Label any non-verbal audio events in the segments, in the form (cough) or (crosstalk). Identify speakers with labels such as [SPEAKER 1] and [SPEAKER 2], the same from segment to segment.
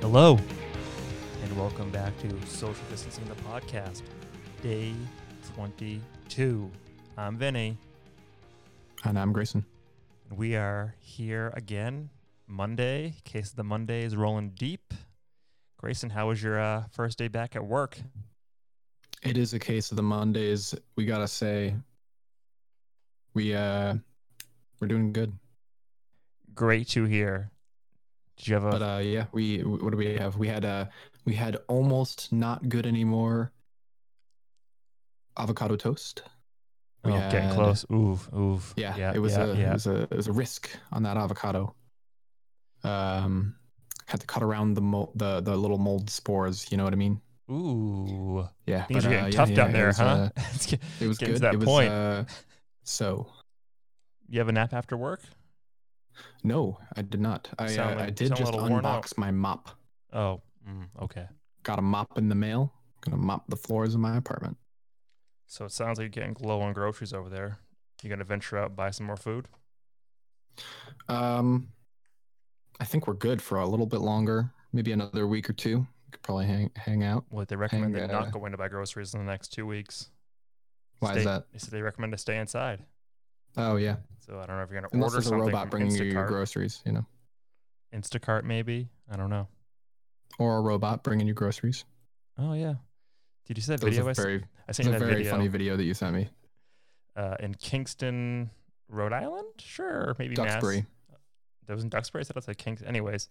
[SPEAKER 1] Hello, and welcome back to Social Distancing the Podcast, day 22. I'm Vinny,
[SPEAKER 2] And I'm Grayson.
[SPEAKER 1] and we are here again Monday. Case of the Monday is rolling deep. Grayson, how was your uh, first day back at work?
[SPEAKER 2] It is a case of the Mondays. We gotta say, we uh, we're doing good.
[SPEAKER 1] Great to hear. Did you have a
[SPEAKER 2] But uh, yeah, we what do we have? We had uh, we had almost not good anymore. Avocado toast.
[SPEAKER 1] oh,
[SPEAKER 2] we
[SPEAKER 1] getting
[SPEAKER 2] had-
[SPEAKER 1] close? Oof, oof.
[SPEAKER 2] Yeah, it was
[SPEAKER 1] yeah,
[SPEAKER 2] a
[SPEAKER 1] yeah.
[SPEAKER 2] it was a it was a risk on that avocado. Um, had to cut around the mo- the the little mold spores. You know what I mean?
[SPEAKER 1] Ooh,
[SPEAKER 2] Yeah,
[SPEAKER 1] things
[SPEAKER 2] but,
[SPEAKER 1] are
[SPEAKER 2] uh,
[SPEAKER 1] getting
[SPEAKER 2] yeah,
[SPEAKER 1] tough
[SPEAKER 2] yeah,
[SPEAKER 1] down
[SPEAKER 2] it
[SPEAKER 1] there,
[SPEAKER 2] was,
[SPEAKER 1] huh? (laughs)
[SPEAKER 2] uh,
[SPEAKER 1] It's get-
[SPEAKER 2] it was
[SPEAKER 1] Getting to
[SPEAKER 2] good.
[SPEAKER 1] that
[SPEAKER 2] it was,
[SPEAKER 1] point.
[SPEAKER 2] Uh, so
[SPEAKER 1] you have a nap after work?
[SPEAKER 2] No, I did not. I,
[SPEAKER 1] Sound
[SPEAKER 2] uh,
[SPEAKER 1] like-
[SPEAKER 2] I
[SPEAKER 1] you
[SPEAKER 2] did
[SPEAKER 1] sound a
[SPEAKER 2] just
[SPEAKER 1] little worn out.
[SPEAKER 2] unbox my mop.
[SPEAKER 1] Oh, mm, okay.
[SPEAKER 2] Got a mop in the mail. Gonna mop the floors in my apartment.
[SPEAKER 1] So it sounds like you're getting low on groceries over there. You're gonna venture out and buy some more food.
[SPEAKER 2] Um, I think we're good for a little bit longer, maybe another week or two. We could probably hang hang out.
[SPEAKER 1] Well, they recommend they
[SPEAKER 2] Hang,
[SPEAKER 1] not
[SPEAKER 2] uh,
[SPEAKER 1] go in to buy groceries in the next two weeks.
[SPEAKER 2] Why
[SPEAKER 1] Stay-
[SPEAKER 2] is that?
[SPEAKER 1] They said they recommend to stay inside.
[SPEAKER 2] Oh yeah,
[SPEAKER 1] So I don't know if you're gonna
[SPEAKER 2] unless
[SPEAKER 1] order
[SPEAKER 2] there's a
[SPEAKER 1] something
[SPEAKER 2] robot
[SPEAKER 1] from
[SPEAKER 2] bringing you
[SPEAKER 1] Instacart.
[SPEAKER 2] your groceries, you know,
[SPEAKER 1] Instacart maybe. I don't know.
[SPEAKER 2] or a robot bringing you groceries.
[SPEAKER 1] Oh yeah. Did you see that
[SPEAKER 2] That was
[SPEAKER 1] video?
[SPEAKER 2] a
[SPEAKER 1] I, sent
[SPEAKER 2] very,
[SPEAKER 1] I
[SPEAKER 2] it's
[SPEAKER 1] seen
[SPEAKER 2] a
[SPEAKER 1] that
[SPEAKER 2] very
[SPEAKER 1] video
[SPEAKER 2] funny video that you sent me.
[SPEAKER 1] uh, in Kingston, Rhode Island. Sure, maybe
[SPEAKER 2] Duxbury.
[SPEAKER 1] Mass. That was in Duxbury. I said that's like Kingston. Anyways,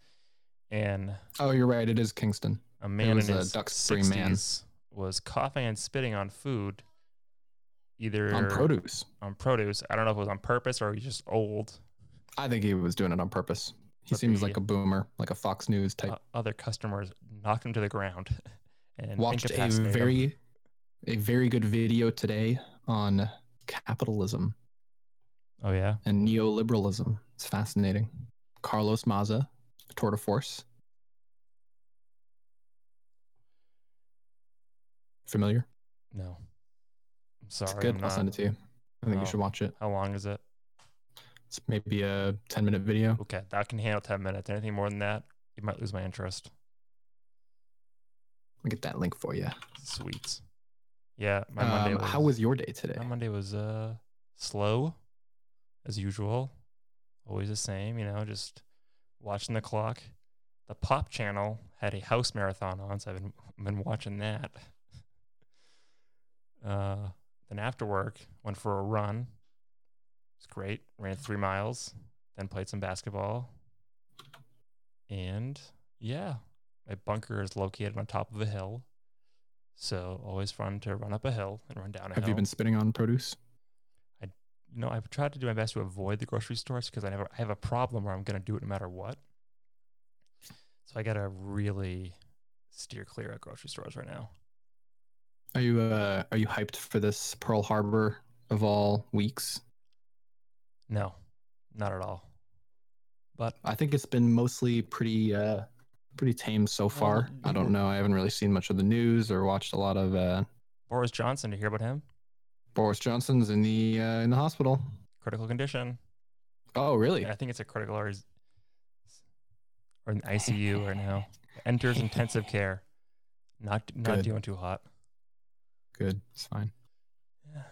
[SPEAKER 1] and
[SPEAKER 2] Oh, you're right. It is Kingston.
[SPEAKER 1] a man
[SPEAKER 2] was
[SPEAKER 1] in
[SPEAKER 2] a
[SPEAKER 1] his
[SPEAKER 2] Duxbury
[SPEAKER 1] sixties
[SPEAKER 2] man.
[SPEAKER 1] was coughing and spitting on food, either
[SPEAKER 2] On produce.
[SPEAKER 1] on produce. I don't know if it was on purpose or he's just old.
[SPEAKER 2] I think he was doing it on purpose. He
[SPEAKER 1] But
[SPEAKER 2] seems
[SPEAKER 1] the-
[SPEAKER 2] like a boomer, like a Fox News type
[SPEAKER 1] Uh, other customers knocked him to the ground (laughs) and
[SPEAKER 2] watched a
[SPEAKER 1] incapacitated him.
[SPEAKER 2] very a very good video today on capitalism
[SPEAKER 1] oh yeah
[SPEAKER 2] and neoliberalism. It's fascinating. Carlos Maza, tour de force. Familiar?
[SPEAKER 1] no. I'm
[SPEAKER 2] It's
[SPEAKER 1] sorry,
[SPEAKER 2] good.
[SPEAKER 1] I'm
[SPEAKER 2] I'll
[SPEAKER 1] not-
[SPEAKER 2] send it to you. I think
[SPEAKER 1] Oh.
[SPEAKER 2] you should watch it.
[SPEAKER 1] How long is it?
[SPEAKER 2] It's maybe a 10 minute video.
[SPEAKER 1] Okay, that can handle ten minutes. Anything more than that, you might lose my interest.
[SPEAKER 2] I'll get that link for you.
[SPEAKER 1] Sweets. Yeah, my Monday.
[SPEAKER 2] Um,
[SPEAKER 1] Was,
[SPEAKER 2] how was your day today?
[SPEAKER 1] my Monday was uh slow, as usual. Always the same, you know. Just watching the clock. The Pop Channel had a house marathon on, so I've been been watching that. (laughs) Uh, then after work, went for a run. It's great. Ran three miles, then played some basketball. And yeah, my bunker is located on top of a hill. So always fun to run up a hill and run down a
[SPEAKER 2] Have
[SPEAKER 1] hill.
[SPEAKER 2] you been spitting on produce?
[SPEAKER 1] No, I've tried to do my best to avoid the grocery stores because I never I have a problem where I'm gonna do it no matter what. So I gotta really steer clear of grocery stores right now.
[SPEAKER 2] Are you uh, are you hyped for this Pearl Harbor of all weeks?
[SPEAKER 1] No, not at all. But
[SPEAKER 2] I think it's been mostly pretty uh pretty tame so
[SPEAKER 1] Oh,
[SPEAKER 2] far.
[SPEAKER 1] the-
[SPEAKER 2] I don't know. I haven't really seen much of the news or watched a lot of uh
[SPEAKER 1] Boris Johnson, to hear about him,
[SPEAKER 2] Boris Johnson's in the uh, in the hospital.
[SPEAKER 1] critical condition.
[SPEAKER 2] Oh, really?
[SPEAKER 1] I think it's a critical or, is- or
[SPEAKER 2] (laughs)
[SPEAKER 1] an ICU right now. Enters intensive care. Not not
[SPEAKER 2] Good.
[SPEAKER 1] doing too hot.
[SPEAKER 2] Good. It's fine.
[SPEAKER 1] Yeah.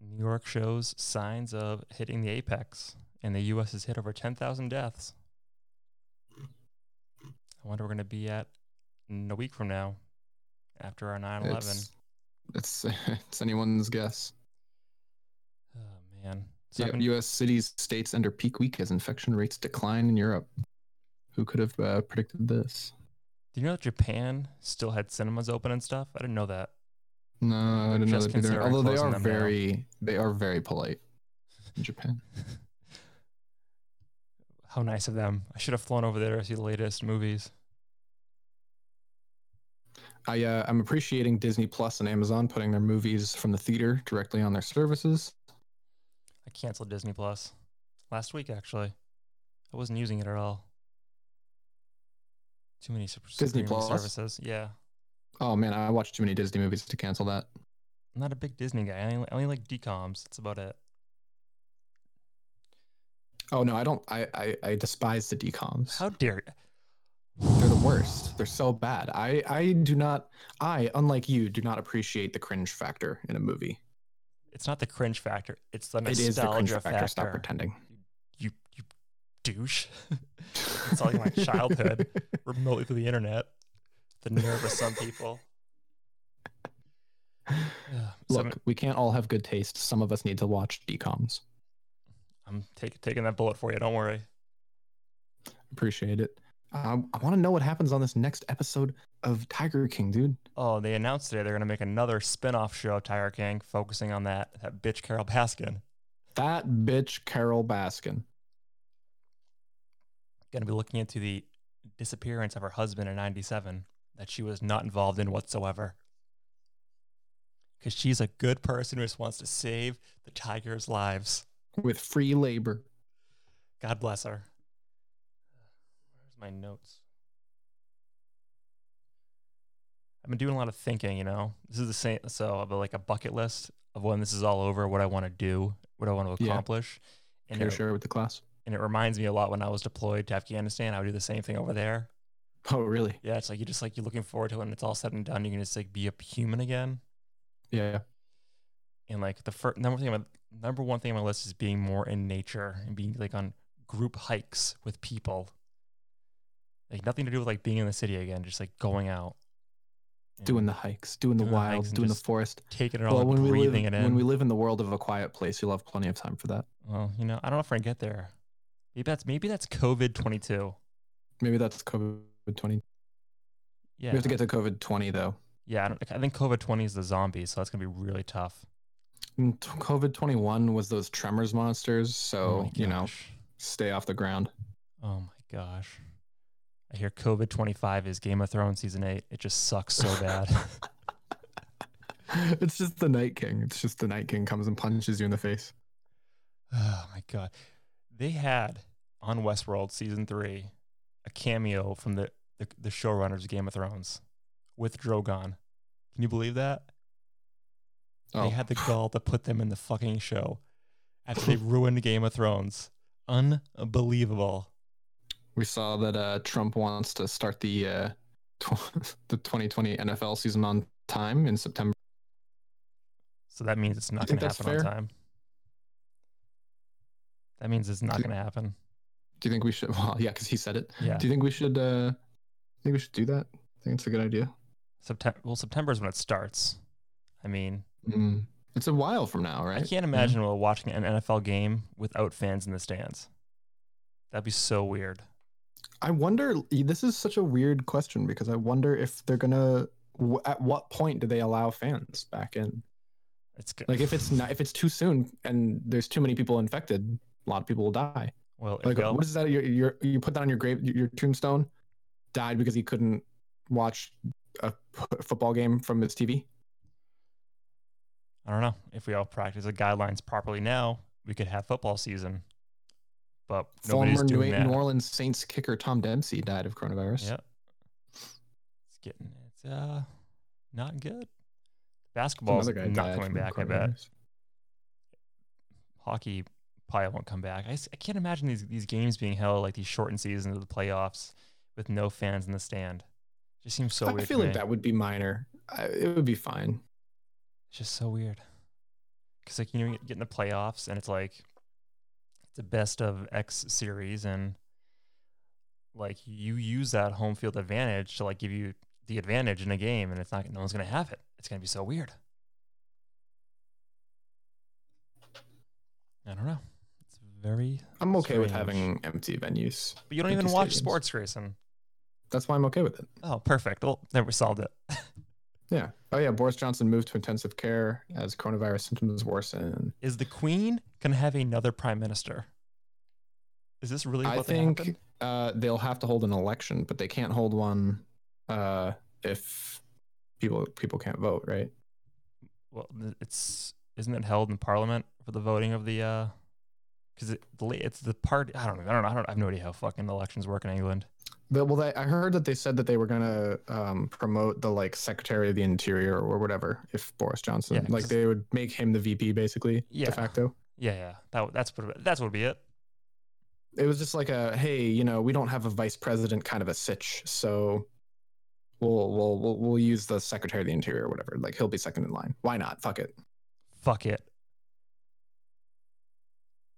[SPEAKER 1] New York shows signs of hitting the apex, and the U.S. has hit over 10,000 deaths. I wonder we're going to be at in a week from now after our 9 11.
[SPEAKER 2] It's it's, (laughs) it's anyone's guess.
[SPEAKER 1] Oh, man. So
[SPEAKER 2] Yeah,
[SPEAKER 1] I've been-
[SPEAKER 2] U.S. cities, states under peak week as infection rates decline in Europe. Who could have uh, predicted this?
[SPEAKER 1] do you know that Japan still had cinemas open and stuff? I didn't know that. (laughs)
[SPEAKER 2] No, I didn't know
[SPEAKER 1] Just
[SPEAKER 2] that either.
[SPEAKER 1] considering
[SPEAKER 2] Although they
[SPEAKER 1] closing
[SPEAKER 2] are
[SPEAKER 1] them down.
[SPEAKER 2] very, they are very polite in Japan.
[SPEAKER 1] How nice of them. I should have flown over there to see the latest movies.
[SPEAKER 2] I uh, I'm appreciating Disney Plus and Amazon putting their movies from the theater directly on their services.
[SPEAKER 1] I canceled Disney Plus last week, actually. I wasn't using it at all. Too many sup-
[SPEAKER 2] Disney
[SPEAKER 1] streaming
[SPEAKER 2] Plus?
[SPEAKER 1] services. Yeah,
[SPEAKER 2] Oh man, I watched too many Disney movies to cancel that.
[SPEAKER 1] I'm not a big Disney guy. I only, I only like DComs. That's about it.
[SPEAKER 2] Oh no, I don't. I I, I despise the decoms.
[SPEAKER 1] How dare you?
[SPEAKER 2] worst. They're so bad. I I do not. I unlike you do not appreciate the cringe factor in a movie.
[SPEAKER 1] It's not the cringe factor. It's the
[SPEAKER 2] It
[SPEAKER 1] nostalgia
[SPEAKER 2] is the cringe factor.
[SPEAKER 1] factor.
[SPEAKER 2] Stop pretending.
[SPEAKER 1] You you douche. (laughs) it's all my childhood remotely through the internet. The nerve of some
[SPEAKER 2] (laughs)
[SPEAKER 1] people. (sighs) Ugh, so I'm-
[SPEAKER 2] (laughs) Look, we can't all have good taste. Some of us need to watch DComs.
[SPEAKER 1] I'm take, taking that bullet for you. Don't worry.
[SPEAKER 2] Appreciate it. Um, I want to know what happens on this next episode of Tiger King, dude.
[SPEAKER 1] Oh, they announced today they're going to make another spin-off show of Tiger King focusing on that that bitch Carol Baskin.
[SPEAKER 2] That bitch Carol Baskin.
[SPEAKER 1] Going to be looking into the disappearance of her husband in 97 that she was not involved in whatsoever. Cuz she's a good person who just wants to save the tigers' lives.
[SPEAKER 2] with free labor.
[SPEAKER 1] God bless her. Where's my notes? I've been doing a lot of thinking, you know. This is the same, so I have like a bucket list of when this is all over, what I want to do, what I want to
[SPEAKER 2] Yeah.
[SPEAKER 1] accomplish.
[SPEAKER 2] Can
[SPEAKER 1] And,
[SPEAKER 2] you
[SPEAKER 1] it,
[SPEAKER 2] share it with the class?
[SPEAKER 1] and it reminds me a lot when I was deployed to Afghanistan. I would do the same thing over there.
[SPEAKER 2] Oh, really?
[SPEAKER 1] Yeah, it's like you just like you're looking forward to it when it's all said and done. You can just like be a human again.
[SPEAKER 2] Yeah.
[SPEAKER 1] And like the first number thing, on my- number one thing on my list is being more in nature and being like on group hikes with people. Like nothing to do with like being in the city again, just like going out, and
[SPEAKER 2] Doing the hikes, doing the
[SPEAKER 1] Doing the hikes
[SPEAKER 2] wilds,
[SPEAKER 1] and
[SPEAKER 2] doing
[SPEAKER 1] just
[SPEAKER 2] the forest.
[SPEAKER 1] taking it all,
[SPEAKER 2] Well,
[SPEAKER 1] in,
[SPEAKER 2] when we live
[SPEAKER 1] breathing it in.
[SPEAKER 2] when we live in the world of a quiet place, you'll have plenty of time for that.
[SPEAKER 1] well, you know, I don't know if I can get there. Maybe that's maybe that's COVID twenty two.
[SPEAKER 2] Maybe that's COVID twenty.
[SPEAKER 1] Yeah,
[SPEAKER 2] We have to get to COVID twenty though.
[SPEAKER 1] yeah. I, don't, I think COVID twenty is the zombie, so that's gonna be really tough.
[SPEAKER 2] And Mm, t- COVID twenty one was those tremors monsters, so
[SPEAKER 1] Oh my
[SPEAKER 2] Oh, you know,
[SPEAKER 1] gosh.
[SPEAKER 2] stay off the ground.
[SPEAKER 1] Oh my gosh. I hear COVID 25 is Game of Thrones season 8. It just sucks so bad.
[SPEAKER 2] (laughs)
[SPEAKER 1] (laughs)
[SPEAKER 2] it's just the Night King. It's just the Night King comes and punches you in the face.
[SPEAKER 1] oh my god. They had on Westworld season 3 a cameo from the the, the showrunners of Game of Thrones with Drogon. Can you believe that?
[SPEAKER 2] Oh,
[SPEAKER 1] They had
[SPEAKER 2] (sighs)
[SPEAKER 1] the gall to put them in the fucking show after
[SPEAKER 2] (laughs)
[SPEAKER 1] they ruined Game of Thrones. Unbelievable.
[SPEAKER 2] we saw that uh, Trump wants to start the uh, tw- (laughs) the twenty twenty NFL season on time in September.
[SPEAKER 1] So that means it's not going
[SPEAKER 2] think
[SPEAKER 1] to
[SPEAKER 2] that's
[SPEAKER 1] happen on
[SPEAKER 2] fair?
[SPEAKER 1] time. That means it's not
[SPEAKER 2] Do-
[SPEAKER 1] going to happen.
[SPEAKER 2] Do you think we should? (laughs) Well, yeah, because he said it.
[SPEAKER 1] Yeah.
[SPEAKER 2] Do you think we should? uh Think we should do that? I think it's a good idea.
[SPEAKER 1] September. Well, September is when it starts. I mean,
[SPEAKER 2] Mm. It's a while from now, right?
[SPEAKER 1] I can't imagine we're watching an NFL game without fans in the stands. That'd be so weird.
[SPEAKER 2] I wonder. This is such a weird question because I wonder if they're gonna. w- At what point do they allow fans back in?
[SPEAKER 1] It's good.
[SPEAKER 2] Like, if it's not, if it's too soon and there's too many people infected, a lot of people will die.
[SPEAKER 1] well, if
[SPEAKER 2] Like,
[SPEAKER 1] we all-
[SPEAKER 2] what is that? Your, your, you put that on your grave, your tombstone. Died because he couldn't watch a p- football game from his TV.
[SPEAKER 1] I don't know if we all practice the guidelines properly now, we could have football season. But nobody's
[SPEAKER 2] Former New,
[SPEAKER 1] doing that.
[SPEAKER 2] New Orleans Saints kicker Tom Dempsey died of coronavirus.
[SPEAKER 1] Yep. It's getting it's uh not good. Basketball's
[SPEAKER 2] Another guy
[SPEAKER 1] not
[SPEAKER 2] died
[SPEAKER 1] coming
[SPEAKER 2] from
[SPEAKER 1] back. I bet
[SPEAKER 2] coronavirus.
[SPEAKER 1] hockey probably won't come back. I, s- I can't imagine these these games being held like these shortened seasons of the playoffs with no fans in the stand. just seems so
[SPEAKER 2] I
[SPEAKER 1] weird.
[SPEAKER 2] feel
[SPEAKER 1] to
[SPEAKER 2] like
[SPEAKER 1] me.
[SPEAKER 2] that would be minor. I, it would be fine.
[SPEAKER 1] It's just so weird. Because like you know, you get in the playoffs and it's like it's a best of X series, and like you use that home field advantage to like give you the advantage in a game, and it's not no one's gonna have it. It's gonna be so weird. I don't know. It's very.
[SPEAKER 2] I'm okay with
[SPEAKER 1] Strange.
[SPEAKER 2] having empty venues.
[SPEAKER 1] But you don't
[SPEAKER 2] Empty
[SPEAKER 1] even watch
[SPEAKER 2] stadiums.
[SPEAKER 1] sports, Grayson.
[SPEAKER 2] That's why I'm okay with it.
[SPEAKER 1] Oh, perfect. Well, then we solved it.
[SPEAKER 2] Yeah. Oh yeah. Boris Johnson moved to intensive care as coronavirus symptoms worsen.
[SPEAKER 1] Is the Queen gonna have another prime minister? Is this really? What
[SPEAKER 2] I
[SPEAKER 1] that
[SPEAKER 2] think
[SPEAKER 1] happened?
[SPEAKER 2] uh, they'll have to hold an election, but they can't hold one uh, if people people can't vote, right?
[SPEAKER 1] well, th- it's isn't it held in Parliament for the voting of the uh, because it the la- it's the party. I don't know. I don't know. I don't. I have no idea how fucking elections work in England.
[SPEAKER 2] The, well, they, I heard that they said that they were gonna um, promote the like Secretary of the Interior or whatever if Boris Johnson,
[SPEAKER 1] Yeah,
[SPEAKER 2] like
[SPEAKER 1] 'cause-
[SPEAKER 2] they would make him the VP basically
[SPEAKER 1] Yeah.
[SPEAKER 2] de facto.
[SPEAKER 1] Yeah, yeah. That w- that's what that's what would be it.
[SPEAKER 2] it was just like a hey, you know, we don't have a vice president kind of a sitch, so we'll we'll we'll, we'll use the Secretary of the Interior or whatever. Like he'll be second in line. Why not? Fuck it.
[SPEAKER 1] Fuck it.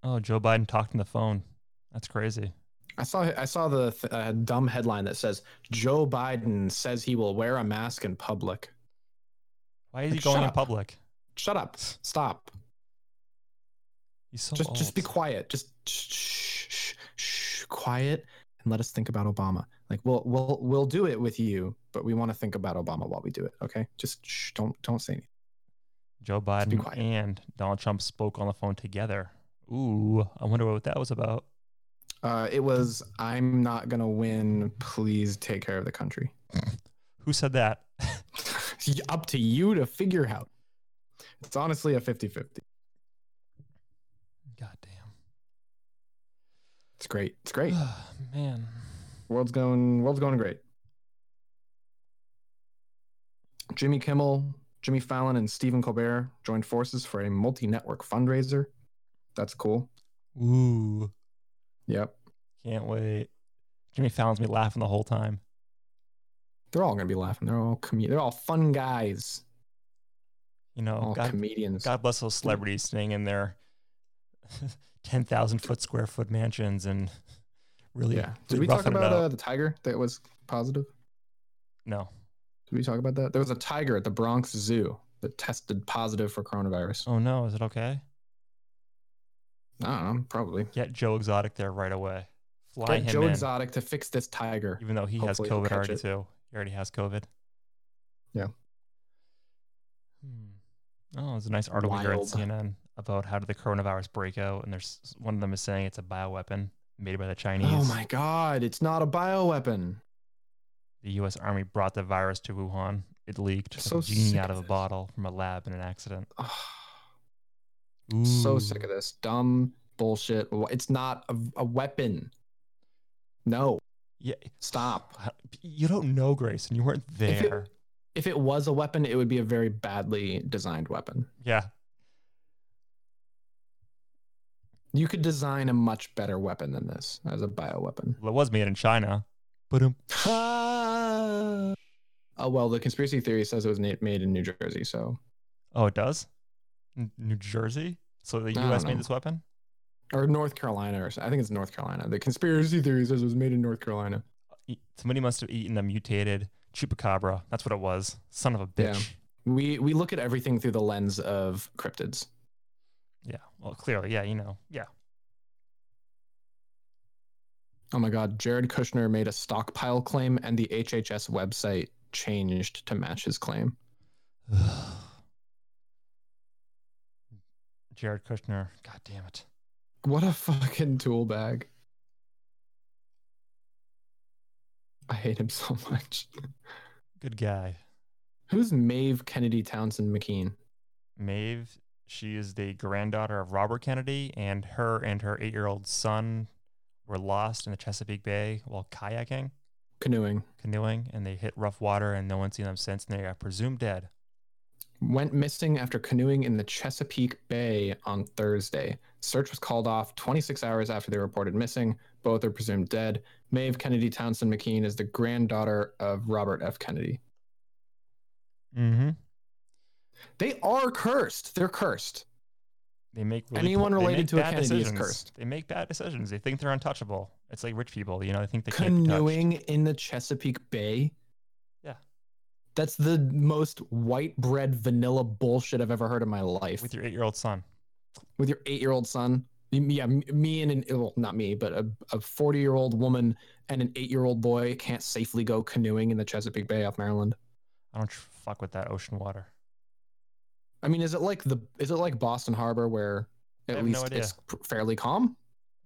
[SPEAKER 1] Oh, Joe Biden talked on the phone. That's crazy.
[SPEAKER 2] I saw I saw the th- uh, dumb headline that says Joe Biden says he will wear a mask in public.
[SPEAKER 1] Why is he
[SPEAKER 2] Like,
[SPEAKER 1] going
[SPEAKER 2] shut
[SPEAKER 1] in
[SPEAKER 2] up.
[SPEAKER 1] public?
[SPEAKER 2] Shut up. Stop.
[SPEAKER 1] He's so
[SPEAKER 2] just
[SPEAKER 1] old.
[SPEAKER 2] just be quiet. Just shh, shh, shh, quiet and let us think about Obama. Like we'll we'll we'll do it with you, but we want to think about Obama while we do it. Okay, just shh, don't don't say anything.
[SPEAKER 1] Joe
[SPEAKER 2] be
[SPEAKER 1] Biden
[SPEAKER 2] quiet.
[SPEAKER 1] and Donald Trump spoke on the phone together. Ooh, I wonder what that was about.
[SPEAKER 2] Uh, it was I'm not gonna win. Please take care of the country. (laughs)
[SPEAKER 1] Who said that? (laughs)
[SPEAKER 2] Up to you to figure out. It's honestly a 50-50.
[SPEAKER 1] God damn.
[SPEAKER 2] It's great. It's great.
[SPEAKER 1] (sighs) Man.
[SPEAKER 2] World's going world's going great. Jimmy Kimmel, Jimmy Fallon, and Stephen Colbert joined forces for a multi-network fundraiser. That's cool.
[SPEAKER 1] Ooh,
[SPEAKER 2] Yep.
[SPEAKER 1] can't wait. Jimmy Fallon's me laughing the whole time.
[SPEAKER 2] They're all gonna be laughing. They're all com- they're all fun guys.
[SPEAKER 1] You know,
[SPEAKER 2] all
[SPEAKER 1] Oh, God,
[SPEAKER 2] comedians.
[SPEAKER 1] God bless those celebrities staying in their (laughs) 10,000 foot square foot mansions and really,
[SPEAKER 2] yeah. Did
[SPEAKER 1] really
[SPEAKER 2] we talk
[SPEAKER 1] roughing it
[SPEAKER 2] about
[SPEAKER 1] up.
[SPEAKER 2] uh, the tiger that was positive?
[SPEAKER 1] no.
[SPEAKER 2] Did we talk about that? There was a tiger at the Bronx Zoo that tested positive for coronavirus.
[SPEAKER 1] Oh no, is it okay? Oh.
[SPEAKER 2] I don't know, probably.
[SPEAKER 1] Get Joe Exotic there right away. Fly
[SPEAKER 2] Get
[SPEAKER 1] him
[SPEAKER 2] Joe
[SPEAKER 1] in,
[SPEAKER 2] Exotic to fix this tiger.
[SPEAKER 1] even though he has
[SPEAKER 2] Hopefully he'll
[SPEAKER 1] COVID
[SPEAKER 2] catch
[SPEAKER 1] already
[SPEAKER 2] it.
[SPEAKER 1] too. He already has COVID.
[SPEAKER 2] Yeah.
[SPEAKER 1] Hmm. Oh, there's a nice article here on
[SPEAKER 2] Wild.
[SPEAKER 1] CNN about how did the coronavirus break out, and there's one of them is saying it's a bioweapon made by the Chinese.
[SPEAKER 2] Oh my god, it's not a bioweapon.
[SPEAKER 1] The U.S. Army brought the virus to Wuhan. It leaked
[SPEAKER 2] So
[SPEAKER 1] like a genie
[SPEAKER 2] sick
[SPEAKER 1] out
[SPEAKER 2] of
[SPEAKER 1] of a
[SPEAKER 2] this.
[SPEAKER 1] bottle from a lab in an accident.
[SPEAKER 2] Ugh.
[SPEAKER 1] Hmm.
[SPEAKER 2] So sick of this dumb bullshit. Wh- It's not a, a weapon. No,
[SPEAKER 1] Yeah,
[SPEAKER 2] stop.
[SPEAKER 1] you don't know, Grayson. You weren't
[SPEAKER 2] If it-
[SPEAKER 1] there.
[SPEAKER 2] If it was a weapon, it would be a very badly designed weapon.
[SPEAKER 1] yeah,
[SPEAKER 2] You could design a much better weapon than this as
[SPEAKER 1] (laughs)
[SPEAKER 2] a bioweapon.
[SPEAKER 1] well, it was made in China. But um,
[SPEAKER 2] oh, well, the conspiracy theory says it was na- made in New Jersey, so.
[SPEAKER 1] oh, it does. N- New Jersey. So the
[SPEAKER 2] I don't
[SPEAKER 1] U.S.
[SPEAKER 2] know.
[SPEAKER 1] made this weapon.
[SPEAKER 2] Or North Carolina, or so- I think it's North Carolina. The conspiracy theory says it was made in North Carolina.
[SPEAKER 1] E- Somebody must have eaten a mutated chupacabra. That's what it was. Son of a
[SPEAKER 2] Yeah.
[SPEAKER 1] bitch.
[SPEAKER 2] We we look at everything through the lens of cryptids.
[SPEAKER 1] Yeah. Well, clearly, yeah, you know, yeah.
[SPEAKER 2] Oh my God, Jared Kushner made a stockpile claim and the HHS website changed to match his claim.
[SPEAKER 1] Jared Kushner. God damn it.
[SPEAKER 2] What a fucking tool bag. I hate him so (laughs) much.
[SPEAKER 1] Good guy.
[SPEAKER 2] Who's Maeve Kennedy Townsend McKean?
[SPEAKER 1] Maeve. She is the granddaughter of Robert Kennedy, and her and her eight-year-old son were lost in the Chesapeake Bay while kayaking,
[SPEAKER 2] Canoeing.
[SPEAKER 1] canoeing, and they hit rough water, and no one's seen them since, and they are presumed dead.
[SPEAKER 2] Went missing after canoeing in the Chesapeake Bay on Thursday. Search was called off 26 hours after they were reported missing. Both are presumed dead. Maeve Kennedy Townsend McKean is the granddaughter of Robert F. Kennedy.
[SPEAKER 1] Mm-hmm.
[SPEAKER 2] They are cursed. They're cursed.
[SPEAKER 1] They make really
[SPEAKER 2] Anyone
[SPEAKER 1] they
[SPEAKER 2] related
[SPEAKER 1] make
[SPEAKER 2] to a
[SPEAKER 1] bad
[SPEAKER 2] Kennedy is
[SPEAKER 1] decisions.
[SPEAKER 2] cursed.
[SPEAKER 1] They make bad decisions. They think they're untouchable. It's like rich people, you know. They think they can't be touched.
[SPEAKER 2] canoeing in the Chesapeake Bay.
[SPEAKER 1] Yeah.
[SPEAKER 2] That's the most white bread vanilla bullshit I've ever heard in my life.
[SPEAKER 1] with your eight-year-old son.
[SPEAKER 2] With your eight year old son. M- Yeah, m- me and an, well, not me, but a 40 year old woman and an eight year old boy can't safely go canoeing in the Chesapeake Bay off Maryland.
[SPEAKER 1] I don't tr- fuck with that ocean water. (laughs)
[SPEAKER 2] I mean, is it like the, is it like Boston Harbor where
[SPEAKER 1] I
[SPEAKER 2] at
[SPEAKER 1] have no
[SPEAKER 2] least
[SPEAKER 1] idea.
[SPEAKER 2] it's pr- fairly calm?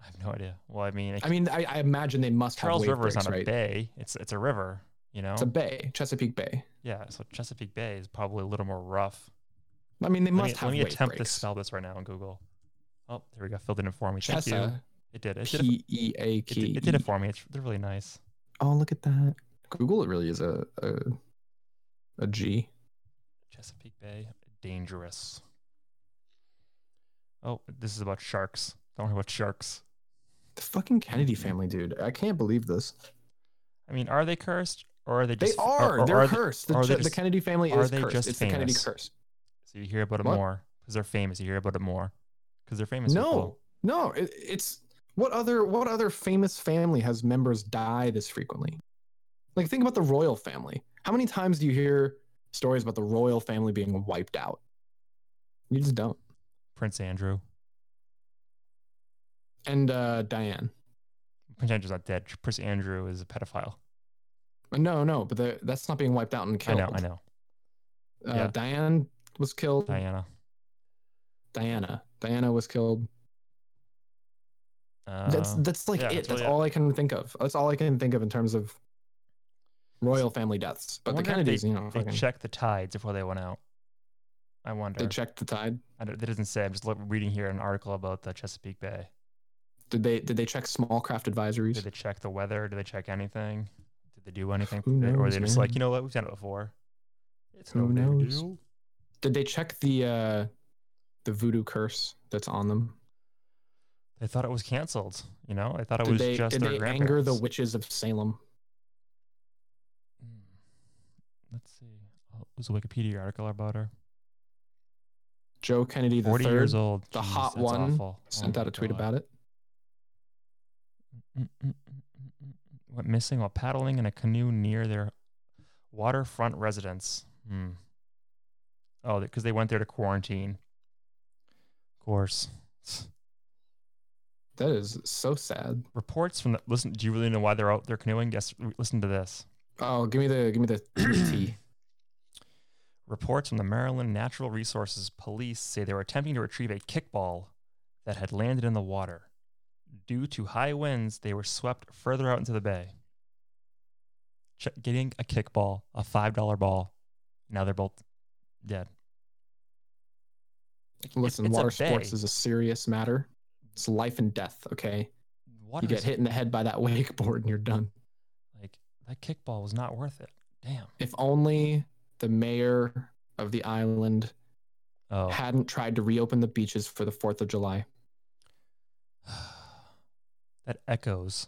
[SPEAKER 1] I have no idea. Well, I mean, it,
[SPEAKER 2] I mean, I, I imagine they must
[SPEAKER 1] Charles
[SPEAKER 2] have wave
[SPEAKER 1] River is
[SPEAKER 2] breaks,
[SPEAKER 1] not a
[SPEAKER 2] right?
[SPEAKER 1] bay. It's it's a river. You know.
[SPEAKER 2] It's a bay, Chesapeake Bay.
[SPEAKER 1] yeah. So Chesapeake Bay is probably a little more rough.
[SPEAKER 2] I mean, they
[SPEAKER 1] Let
[SPEAKER 2] must
[SPEAKER 1] me,
[SPEAKER 2] have
[SPEAKER 1] let me
[SPEAKER 2] wave
[SPEAKER 1] attempt
[SPEAKER 2] breaks.
[SPEAKER 1] to spell this right now on Google. Oh, there we go. Filled it in for me. Thank you.
[SPEAKER 2] Chesa,
[SPEAKER 1] It did. It did. It,
[SPEAKER 2] P E A
[SPEAKER 1] it,
[SPEAKER 2] K.
[SPEAKER 1] did- it did it for me. It's, they're really nice.
[SPEAKER 2] Oh, look at that. Google it really is a a, a G.
[SPEAKER 1] Chesapeake Bay, dangerous. Oh, this is about sharks. Don't worry about sharks.
[SPEAKER 2] The fucking Kennedy family, dude. I can't believe this.
[SPEAKER 1] I mean, are they cursed or are they
[SPEAKER 2] They
[SPEAKER 1] just?
[SPEAKER 2] are.
[SPEAKER 1] or- or
[SPEAKER 2] They're
[SPEAKER 1] are they-
[SPEAKER 2] cursed.
[SPEAKER 1] are
[SPEAKER 2] the,
[SPEAKER 1] they
[SPEAKER 2] Ch- the
[SPEAKER 1] just-
[SPEAKER 2] Kennedy family
[SPEAKER 1] are
[SPEAKER 2] is
[SPEAKER 1] they
[SPEAKER 2] cursed.
[SPEAKER 1] just
[SPEAKER 2] it's the Kennedy
[SPEAKER 1] famous?
[SPEAKER 2] curse.
[SPEAKER 1] so you hear about it
[SPEAKER 2] What?
[SPEAKER 1] more because they're famous. You hear about it more because they're famous.
[SPEAKER 2] No,
[SPEAKER 1] people.
[SPEAKER 2] no. It, it's what other what other famous family has members die this frequently? Like think about the royal family. How many times do you hear stories about the royal family being wiped out? You just don't.
[SPEAKER 1] Prince Andrew.
[SPEAKER 2] And uh, Diane.
[SPEAKER 1] Prince Andrew's not dead. Prince Andrew is a pedophile.
[SPEAKER 2] No, no, but the, that's not being wiped out and killed.
[SPEAKER 1] I know. I know.
[SPEAKER 2] Uh,
[SPEAKER 1] Yeah.
[SPEAKER 2] Diane was killed.
[SPEAKER 1] Diana.
[SPEAKER 2] Diana. Diana was killed.
[SPEAKER 1] Uh,
[SPEAKER 2] that's that's like
[SPEAKER 1] yeah,
[SPEAKER 2] it.
[SPEAKER 1] that's
[SPEAKER 2] That's,
[SPEAKER 1] really it.
[SPEAKER 2] all I can think of. That's all I can think of in terms of royal family deaths. But the
[SPEAKER 1] wonder if
[SPEAKER 2] Kennedys, you know,
[SPEAKER 1] They
[SPEAKER 2] fucking,
[SPEAKER 1] checked the tides before they went out. I wonder.
[SPEAKER 2] they checked the tide.
[SPEAKER 1] I don't, that doesn't say. I'm just lo- reading here an article about the Chesapeake Bay.
[SPEAKER 2] Did they did they check small craft
[SPEAKER 1] Did
[SPEAKER 2] advisories?
[SPEAKER 1] they check the weather? Did they check anything? Did they do anything?
[SPEAKER 2] Who
[SPEAKER 1] or were
[SPEAKER 2] knows,
[SPEAKER 1] they just like,
[SPEAKER 2] man?
[SPEAKER 1] you know what? We've done it before. It's no
[SPEAKER 2] Who
[SPEAKER 1] big
[SPEAKER 2] knows?
[SPEAKER 1] deal.
[SPEAKER 2] Did they check the uh, the voodoo curse that's on them?
[SPEAKER 1] They thought it was canceled. You know, I thought it
[SPEAKER 2] Did
[SPEAKER 1] was
[SPEAKER 2] they
[SPEAKER 1] just
[SPEAKER 2] did
[SPEAKER 1] their
[SPEAKER 2] they
[SPEAKER 1] grandparents.
[SPEAKER 2] anger the witches of Salem?
[SPEAKER 1] Hmm. Let's see. Oh, it was a Wikipedia article about her.
[SPEAKER 2] Joe Kennedy the
[SPEAKER 1] Forty years
[SPEAKER 2] third
[SPEAKER 1] old.
[SPEAKER 2] the
[SPEAKER 1] Jeez,
[SPEAKER 2] hot
[SPEAKER 1] that's
[SPEAKER 2] one
[SPEAKER 1] awful. Oh
[SPEAKER 2] sent
[SPEAKER 1] my
[SPEAKER 2] out a tweet
[SPEAKER 1] God. Mm,
[SPEAKER 2] about it.
[SPEAKER 1] Went missing while paddling in a canoe near their waterfront residence. Hmm. Oh, because they went there to quarantine. Of course.
[SPEAKER 2] That is so sad.
[SPEAKER 1] Reports from the listen. Do you really know why they're out there canoeing? Yes. r- Listen to this.
[SPEAKER 2] Oh, give me the give me the
[SPEAKER 1] (clears throat)
[SPEAKER 2] tea.
[SPEAKER 1] Reports from the Maryland Natural Resources Police say they were attempting to retrieve a kickball that had landed in the water. Due to high winds, they were swept further out into the bay. Ch- getting a kickball, a $5 ball. Now they're both dead.
[SPEAKER 2] Listen,
[SPEAKER 1] it's a
[SPEAKER 2] water sports
[SPEAKER 1] bay.
[SPEAKER 2] is a serious matter. It's life and death. Okay,
[SPEAKER 1] What
[SPEAKER 2] you
[SPEAKER 1] is
[SPEAKER 2] get hit in the head by that (laughs) wakeboard and you're done.
[SPEAKER 1] Like, that kickball was not worth it. Damn.
[SPEAKER 2] If only the mayor of the island
[SPEAKER 1] Oh.
[SPEAKER 2] hadn't tried to reopen the beaches for the Fourth of July. (laughs)
[SPEAKER 1] (sighs) that echoes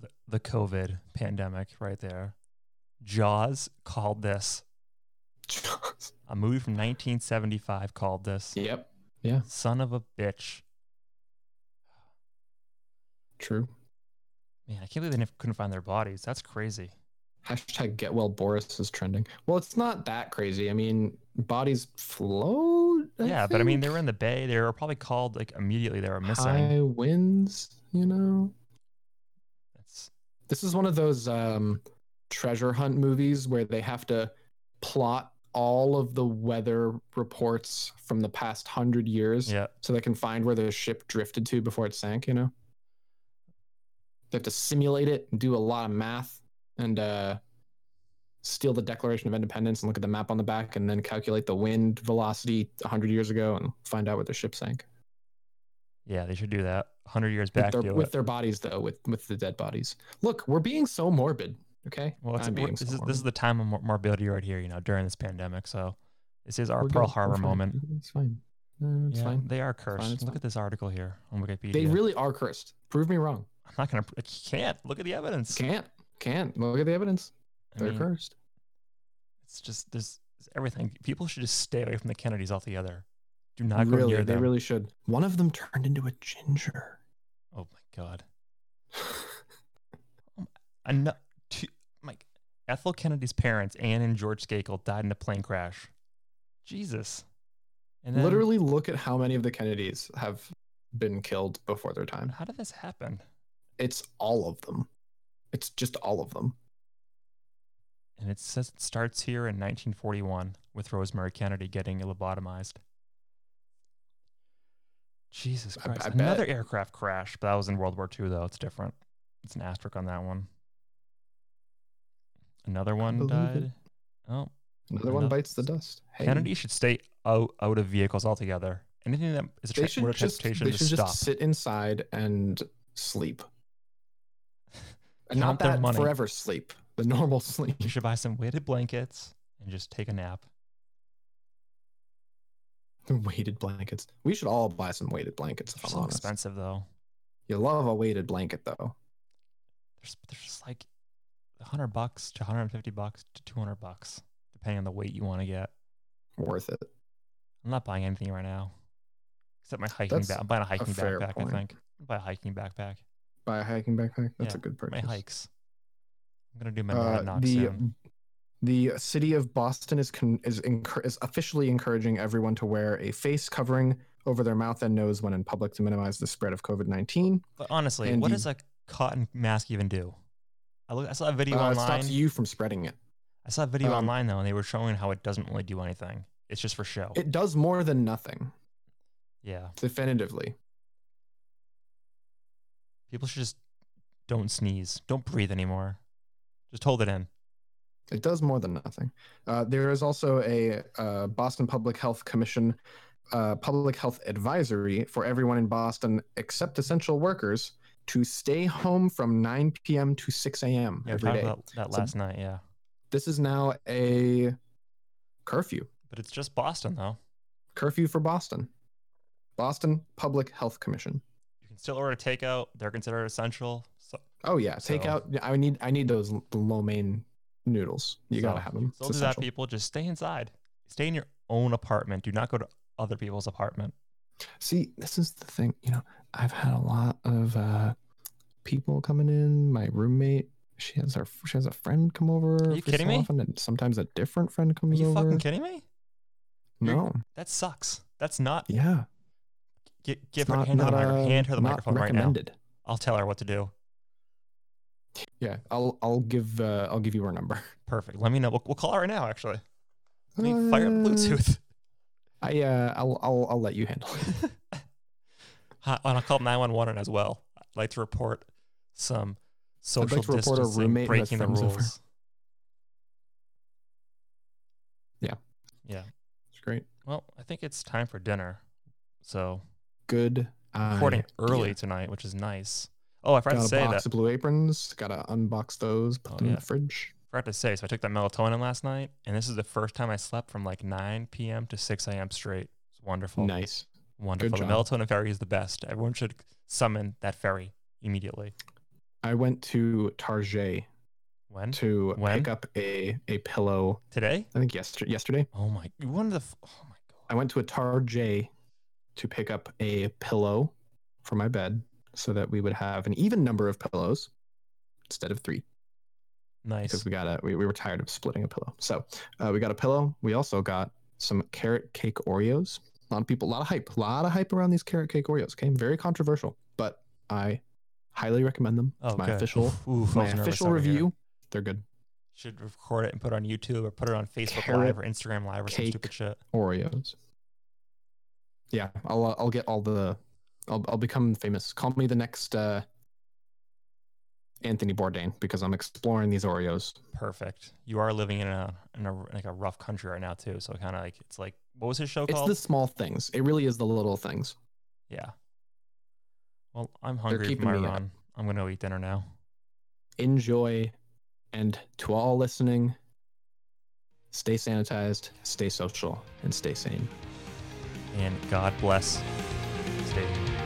[SPEAKER 1] the, the COVID pandemic right there. Jaws called this. A movie from 1975 called this.
[SPEAKER 2] yep,
[SPEAKER 1] Son of a bitch.
[SPEAKER 2] true.
[SPEAKER 1] Man, I can't believe they nev- couldn't find their bodies. That's crazy.
[SPEAKER 2] Hashtag get well Boris is trending. Well, it's not that crazy. I mean, bodies float. I
[SPEAKER 1] yeah, but I mean, they
[SPEAKER 2] think.
[SPEAKER 1] were in the bay. They were probably called like immediately. They were missing.
[SPEAKER 2] high winds. You know,
[SPEAKER 1] It's,
[SPEAKER 2] this is one of those um, treasure hunt movies where they have to plot all of the weather reports from the past hundred years,
[SPEAKER 1] yeah,
[SPEAKER 2] so they can find where their ship drifted to before it sank. You know, they have to simulate it and do a lot of math and uh, steal the Declaration of Independence and look at the map on the back and then calculate the wind velocity hundred years ago and find out where their ship sank.
[SPEAKER 1] yeah, they should do that. 100 years
[SPEAKER 2] with
[SPEAKER 1] back.
[SPEAKER 2] their,
[SPEAKER 1] do
[SPEAKER 2] with
[SPEAKER 1] it.
[SPEAKER 2] their bodies though with with the dead bodies look we're being so morbid okay
[SPEAKER 1] well, it's,
[SPEAKER 2] I'm
[SPEAKER 1] we're-
[SPEAKER 2] being
[SPEAKER 1] this,
[SPEAKER 2] so
[SPEAKER 1] is, this is
[SPEAKER 2] morbid.
[SPEAKER 1] the time of mor- morbidity right here, you know, during this pandemic. So this is our
[SPEAKER 2] We're
[SPEAKER 1] Pearl
[SPEAKER 2] good.
[SPEAKER 1] Harbor
[SPEAKER 2] We're fine.
[SPEAKER 1] moment.
[SPEAKER 2] it's fine No, it's
[SPEAKER 1] Yeah,
[SPEAKER 2] fine
[SPEAKER 1] They are
[SPEAKER 2] fine,
[SPEAKER 1] cursed.
[SPEAKER 2] it's
[SPEAKER 1] Look
[SPEAKER 2] fine.
[SPEAKER 1] at this article here on Wikipedia.
[SPEAKER 2] they really are cursed prove me wrong
[SPEAKER 1] I'm not gonna. I can't look at the evidence.
[SPEAKER 2] can't can't look at the evidence
[SPEAKER 1] I
[SPEAKER 2] they're
[SPEAKER 1] mean,
[SPEAKER 2] cursed
[SPEAKER 1] it's just there's it's everything. People should just stay away from the Kennedys altogether. Do not go
[SPEAKER 2] really
[SPEAKER 1] near
[SPEAKER 2] they
[SPEAKER 1] them.
[SPEAKER 2] really should one of them turned into a ginger
[SPEAKER 1] oh my god. Ano- two, Mike, Ethel Kennedy's parents, Anne and George Skakel, died in a plane crash. Jesus. And then,
[SPEAKER 2] literally look at how many of the kennedys have been killed before their time
[SPEAKER 1] how did this happen?
[SPEAKER 2] it's all of them it's just all of them
[SPEAKER 1] And it says it starts here in 1941 with Rosemary Kennedy getting lobotomized. Jesus
[SPEAKER 2] I-
[SPEAKER 1] Christ.
[SPEAKER 2] I bet.
[SPEAKER 1] Another aircraft crash, but that was in World War II, though. It's different. It's an asterisk on that one. Another one
[SPEAKER 2] believe it.
[SPEAKER 1] died. Oh,
[SPEAKER 2] another one
[SPEAKER 1] Another-
[SPEAKER 2] bites the dust hey.
[SPEAKER 1] Kennedy should stay out, out of vehicles altogether. Anything that is a
[SPEAKER 2] they
[SPEAKER 1] tra-
[SPEAKER 2] should
[SPEAKER 1] mode of
[SPEAKER 2] just
[SPEAKER 1] transportation
[SPEAKER 2] they
[SPEAKER 1] to
[SPEAKER 2] should
[SPEAKER 1] stop.
[SPEAKER 2] just sit inside and sleep.
[SPEAKER 1] (laughs) Count
[SPEAKER 2] And not
[SPEAKER 1] their
[SPEAKER 2] that
[SPEAKER 1] money.
[SPEAKER 2] forever sleep, the normal (laughs) sleep.
[SPEAKER 1] You should buy some weighted blankets and just take a nap.
[SPEAKER 2] weighted blankets. We should all buy some weighted blankets. If
[SPEAKER 1] They're
[SPEAKER 2] I'm
[SPEAKER 1] so
[SPEAKER 2] honest.
[SPEAKER 1] expensive though.
[SPEAKER 2] You love a weighted blanket, though.
[SPEAKER 1] There's there's just like 100 bucks to 150 bucks to 200 bucks, depending on the weight you want to get.
[SPEAKER 2] Worth it.
[SPEAKER 1] I'm not buying anything right now, except my hiking
[SPEAKER 2] That's
[SPEAKER 1] back. I'm buying a hiking
[SPEAKER 2] fair
[SPEAKER 1] backpack.
[SPEAKER 2] point.
[SPEAKER 1] I think I'll buy a hiking backpack.
[SPEAKER 2] Buy a hiking backpack. That's
[SPEAKER 1] Yeah,
[SPEAKER 2] a good
[SPEAKER 1] My
[SPEAKER 2] purchase.
[SPEAKER 1] hikes. I'm gonna do my
[SPEAKER 2] Uh,
[SPEAKER 1] mad knock
[SPEAKER 2] the
[SPEAKER 1] soon.
[SPEAKER 2] the city of Boston is con- is, encour- is officially encouraging everyone to wear a face covering over their mouth and nose when in public to minimize the spread of COVID nineteen.
[SPEAKER 1] But honestly,
[SPEAKER 2] and
[SPEAKER 1] what
[SPEAKER 2] the-
[SPEAKER 1] does a cotton mask even do? I look. I saw a video
[SPEAKER 2] Uh, it
[SPEAKER 1] online.
[SPEAKER 2] stops you from spreading it.
[SPEAKER 1] I saw a video
[SPEAKER 2] um,
[SPEAKER 1] online though, and they were showing how it doesn't really do anything. It's just for show.
[SPEAKER 2] It does more than nothing,
[SPEAKER 1] yeah,
[SPEAKER 2] definitively.
[SPEAKER 1] people should just don't sneeze, don't breathe anymore. Just hold it in.
[SPEAKER 2] It does more than nothing. Uh, there is also a uh, Boston Public Health Commission uh, public health advisory for everyone in Boston except essential workers to stay home from 9 p.m. to 6 a.m.
[SPEAKER 1] Yeah, we
[SPEAKER 2] every
[SPEAKER 1] talked
[SPEAKER 2] day.
[SPEAKER 1] about that
[SPEAKER 2] So-
[SPEAKER 1] last night. Yeah,
[SPEAKER 2] This is now a curfew.
[SPEAKER 1] but it's just Boston though.
[SPEAKER 2] Curfew for Boston. Boston Public Health Commission.
[SPEAKER 1] You can still order takeout. They're considered essential. So
[SPEAKER 2] Oh yeah, take
[SPEAKER 1] So-
[SPEAKER 2] out. I need. I need those l- lo mein noodles. You
[SPEAKER 1] so
[SPEAKER 2] gotta have them.
[SPEAKER 1] Still
[SPEAKER 2] It's
[SPEAKER 1] do that,
[SPEAKER 2] essential.
[SPEAKER 1] people. Just stay inside. Stay in your own apartment. Do not go to other people's apartment.
[SPEAKER 2] See, this is the thing. You know, I've had a lot of uh, people coming in. My roommate, she has her, she has a friend come over.
[SPEAKER 1] you
[SPEAKER 2] every
[SPEAKER 1] kidding
[SPEAKER 2] so
[SPEAKER 1] me?
[SPEAKER 2] Often, and sometimes a different friend
[SPEAKER 1] Are
[SPEAKER 2] comes
[SPEAKER 1] you
[SPEAKER 2] over.
[SPEAKER 1] fucking kidding me? you're-
[SPEAKER 2] no,
[SPEAKER 1] That sucks. That's not.
[SPEAKER 2] yeah,
[SPEAKER 1] Gi-
[SPEAKER 2] it's
[SPEAKER 1] give her, hand, her the mic-
[SPEAKER 2] um,
[SPEAKER 1] hand her the
[SPEAKER 2] not
[SPEAKER 1] microphone right now.
[SPEAKER 2] recommended.
[SPEAKER 1] I'll tell her what to do.
[SPEAKER 2] Yeah, I'll I'll give uh, I'll give you her number.
[SPEAKER 1] Perfect. Let me know. We'll, we'll call her right now, actually. Let me fire
[SPEAKER 2] Uh,
[SPEAKER 1] up Bluetooth.
[SPEAKER 2] (laughs) I uh, I'll I'll I'll let you handle it. (laughs)
[SPEAKER 1] Hi- and I'll call 911 as well. I'd like to report some social
[SPEAKER 2] to report a
[SPEAKER 1] distancing,
[SPEAKER 2] roommate who has
[SPEAKER 1] breaking the
[SPEAKER 2] friends over.
[SPEAKER 1] rules.
[SPEAKER 2] (laughs) Yeah.
[SPEAKER 1] Yeah.
[SPEAKER 2] It's great.
[SPEAKER 1] Well, I think it's time for dinner. So
[SPEAKER 2] Good. Uh,
[SPEAKER 1] recording early
[SPEAKER 2] yeah.
[SPEAKER 1] tonight, which is nice. Oh, I forgot
[SPEAKER 2] Got
[SPEAKER 1] to
[SPEAKER 2] a
[SPEAKER 1] say
[SPEAKER 2] box
[SPEAKER 1] that.
[SPEAKER 2] of blue aprons. Got to unbox those. Put
[SPEAKER 1] Oh,
[SPEAKER 2] them in
[SPEAKER 1] yeah.
[SPEAKER 2] the fridge.
[SPEAKER 1] forgot to say. So I took that melatonin last night, and this is the first time I slept from like 9 p.m. to 6 a.m. straight. It's wonderful.
[SPEAKER 2] Nice.
[SPEAKER 1] Wonderful. The
[SPEAKER 2] job.
[SPEAKER 1] melatonin fairy is the best. Everyone should summon that fairy immediately.
[SPEAKER 2] I went to Target
[SPEAKER 1] When?
[SPEAKER 2] to
[SPEAKER 1] When?
[SPEAKER 2] pick up a a pillow.
[SPEAKER 1] Today?
[SPEAKER 2] I think yesterday. Yesterday,
[SPEAKER 1] Oh my! You wanted the? f- Oh my god!
[SPEAKER 2] I went to a Target to pick up a pillow for my bed, so that we would have an even number of pillows instead of three, because
[SPEAKER 1] Nice.
[SPEAKER 2] we got a we, we were tired of splitting a pillow. So uh, we got a pillow. We also got some carrot cake Oreos. A lot of people, a lot of hype, a lot of hype around these carrot cake Oreos. Okay, very controversial, but I highly recommend them.
[SPEAKER 1] Oh,
[SPEAKER 2] It's my
[SPEAKER 1] good.
[SPEAKER 2] official
[SPEAKER 1] Oof, oof, (laughs) I
[SPEAKER 2] my
[SPEAKER 1] was nervous
[SPEAKER 2] official
[SPEAKER 1] over here.
[SPEAKER 2] review. They're good
[SPEAKER 1] Should record it and put it on YouTube or put it on Facebook
[SPEAKER 2] Carrot
[SPEAKER 1] Live or Instagram Live or some
[SPEAKER 2] cake.
[SPEAKER 1] stupid shit.
[SPEAKER 2] Oreos. Yeah, I'll uh, I'll get all the I'll I'll become famous. Call me the next uh, Anthony Bourdain because I'm exploring these Oreos.
[SPEAKER 1] Perfect. You are living in a in a like a rough country right now too. So kind of like it's like what was his show
[SPEAKER 2] It's
[SPEAKER 1] called?
[SPEAKER 2] the small things. It really is the little things.
[SPEAKER 1] yeah. Well, I'm hungry for
[SPEAKER 2] keeping
[SPEAKER 1] my
[SPEAKER 2] me up.
[SPEAKER 1] run. I'm gonna go eat dinner now.
[SPEAKER 2] Enjoy, and to all listening, stay sanitized, stay social, and stay sane.
[SPEAKER 1] And God bless. Stay.